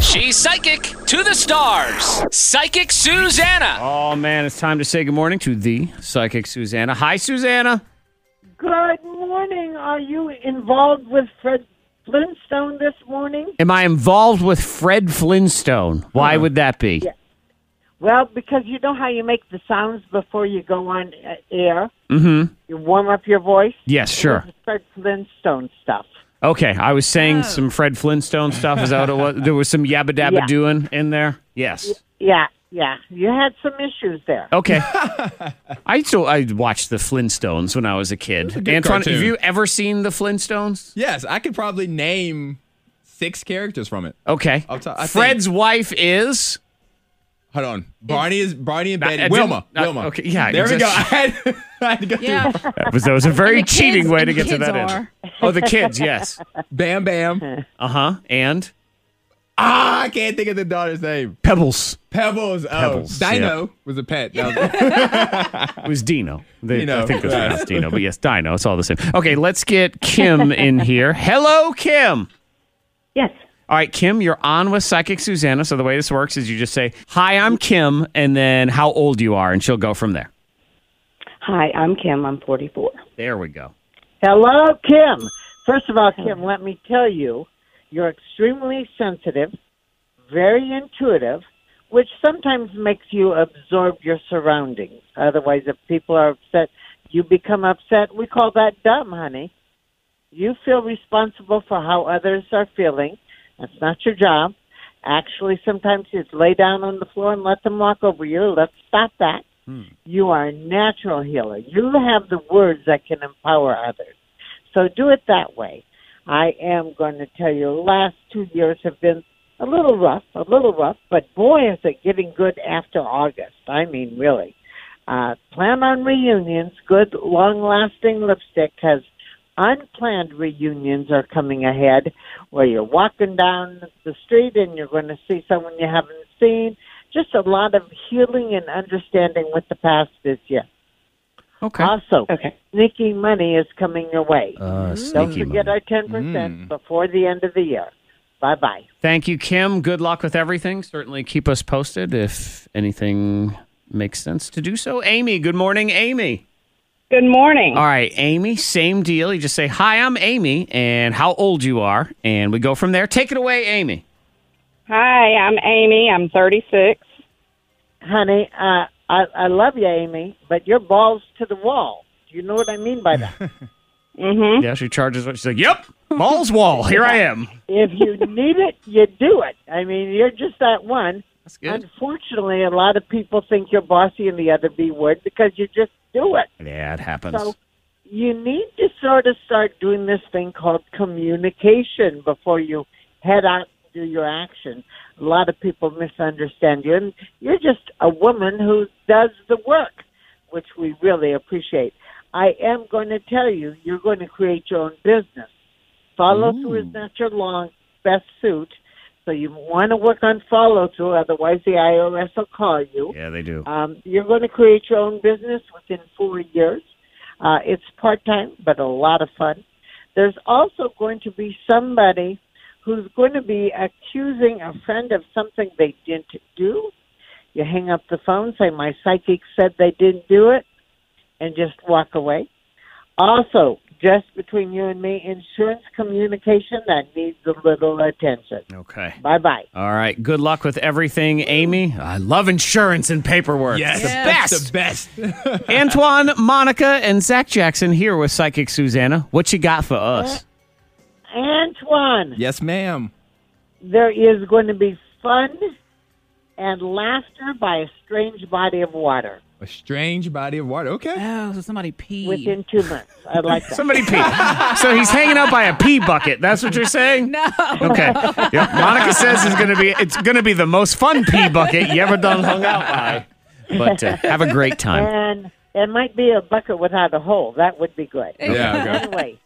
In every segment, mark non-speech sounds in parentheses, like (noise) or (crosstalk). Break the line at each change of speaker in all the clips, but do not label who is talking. She's psychic to the stars. Psychic Susanna.
Oh man, it's time to say good morning to the psychic Susanna. Hi, Susanna.
Good morning. Are you involved with Fred Flintstone this morning?
Am I involved with Fred Flintstone? Why would that be?
Well, because you know how you make the sounds before you go on uh, air? Mm-hmm. You warm up your voice?
Yes, sure.
It's Fred Flintstone stuff.
Okay, I was saying some Fred Flintstone stuff. Is that what it was? There was some yabba dabba
Yeah.
doing in there. Yes.
Yeah, yeah. You had some issues there.
(laughs) Okay. I so I watched the Flintstones when I was a kid.
good
Antoine, have
cartoon.
you ever seen the Flintstones?
Yes, I could probably name six characters from it.
Okay.
I'll tell- I think-
Fred's wife is
Hold on. Barney is Barney and Betty.
I didn't-
Wilma.
uh,
Wilma.
okay, yeah,
There we
exact-
go. (laughs) I had, I had to go
Yeah.
through.
that was, that (laughs) was a very
And the
cheating
kids-
way
and
to get to
kids
that
are.
end. Oh, the kids, (laughs) yes.
Bam Bam.
Uh huh. And
Ah, I can't think of the daughter's name.
Pebbles
Pebbles. Oh,
Pebbles,
Dino was a pet. That was-
it was Dino. They- I
Dino,
think it was
right.
pronounced Dino, but yes, Dino. It's all the same. Okay, let's get Kim in here. Hello, Kim.
Yes.
All right, Kim, you're on with Psychic Susanna. So the way this works is you just say, "Hi, I'm Kim," and then how old you are, and she'll go from there.
Hi, I'm Kim. I'm 44.
There we go.
Hello, Kim. First of all, Kim, let me tell you, you're extremely sensitive, very intuitive, which sometimes makes you absorb your surroundings. Otherwise, if people are upset, you become upset. We call that dumb, honey. You feel responsible for how others are feeling. That's not your job. Actually, sometimes you just lay down on the floor and let them walk over you. Let's stop that. You are a natural healer. You have the words that can empower others. So do it that way. I am going to tell you, last two years have been a little rough, a little rough, but boy, is it getting good after August. I mean, really. Uh, plan on reunions. Good, long lasting lipstick because unplanned reunions are coming ahead where you're walking down the street and you're going to see someone you haven't seen. Just a lot of healing and understanding with the past this year.
Okay.
Also,
Okay.
sneaky money is coming your way.
Uh,
Don't
sneaky
forget
money.
our 10% before the end of the year. Bye bye.
Thank you, Kim. Good luck with everything. Certainly keep us posted if anything makes sense to do so. Amy, good morning, Amy.
Good morning.
All right, Amy, same deal. You just say, Hi, I'm Amy, and how old you are. And we go from there. Take it away, Amy.
Hi, I'm Amy. I'm 36.
honey, uh, I, I love you, Amy, but your ball's to the wall. Do you know what I mean by that?
(laughs)
Mm-hmm.
Yeah, she charges what she's like, Yep, balls wall. Here I am.
if you need it, you do it. I mean, you're just that one.
That's good.
Unfortunately, a lot of people think you're bossy in the other B word because you just do it.
Yeah, it
So
happens.
you need to sort of start doing this thing called communication before you head out and do your action. A lot of people misunderstand you, and you're just a woman who does the work, which we really appreciate. I am going to tell you, you're going to create your own business. Follow through is not your long best suit, so you want to work on follow through. Otherwise, the IRS will call you.
(laughs) Yeah, they do.
Um, you're going to create your own business within four years. Uh, it's part time, but a lot of fun. There's also going to be somebody who's going to be accusing a friend of something they didn't do. You hang up the phone, say, My psychic said they didn't do it, and just walk away. Also, just between you and me, insurance communication that needs a little attention.
Okay.
Bye bye.
All right. Good luck with everything, Amy. I love insurance and paperwork.
Yes.
It's
Yes.
The best.
The best.
Antoine, Monica, and Zach Jackson here with Psychic Susanna. What you got for us?
Antoine.
(laughs) yes, ma'am.
there is going to be fun and laughter by a strange body of water
A strange body of water. Okay.
Oh, so somebody peed.
within two months. I like
(laughs)
that.
Somebody pee. so he's hanging out by a pee bucket. That's what you're saying? No. Okay. Yep. Monica says it's gonna be it's gonna be the most fun pee bucket you ever done hung out by. But uh, have a great (laughs) time.
And it might be a bucket without a hole. That would be good. (laughs)
Yeah. Okay.
Anyway,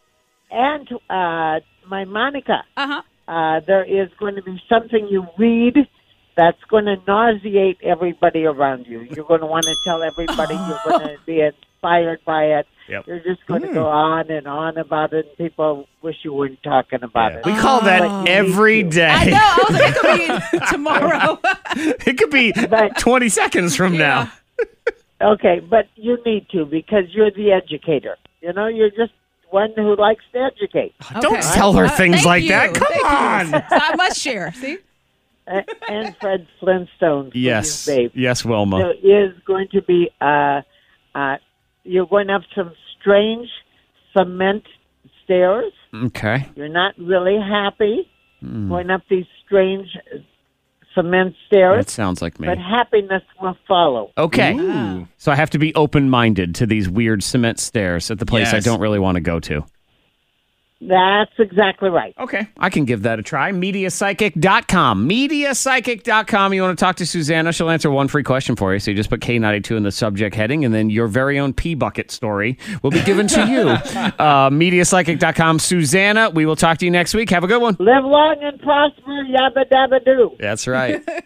and uh, my Monica,
Uh-huh.
uh, there is going to be something you read that's going to nauseate everybody around you. You're going to want to tell everybody you're going to be in inspired by it.
Yep. Hmm.
You're just going to go on and on about it, and people wish you weren't talking about it.
We call that every
I
day.
know. I was like, it could be tomorrow. (laughs)
It could be 20 seconds from now.
Okay, but you need to because you're the educator. You know, you're just one who likes to
(laughs)
educate.
Don't
Okay.
tell her
Uh,
things
thank
like
you.
that. Come
Thank
on.
you. So I must share. See?
A- and Fred Flintstone, for you,
Yes.
babe.
Yes, Wilma.
So is going to be uh, uh, you're going up some strange cement stairs.
Okay.
You're not really happy going up these strange cement stairs,
That sounds like me.
but happiness will follow.
Okay.
Ooh.
So I have to be open minded to these weird cement stairs at the place I
Yes.
don't really want to go to.
That's exactly right.
Okay. I can give that a try. Mediapsychic.com. Mediapsychic.com. You want to talk to Susanna? She'll answer one free question for you. So you just put K92 in the subject heading, and then your very own pea bucket story will be given to (laughs) you. uh, Mediapsychic.com. Susanna, we will talk to you next week. Have a good one.
Live long and prosper, yabba dabba doo.
That's right.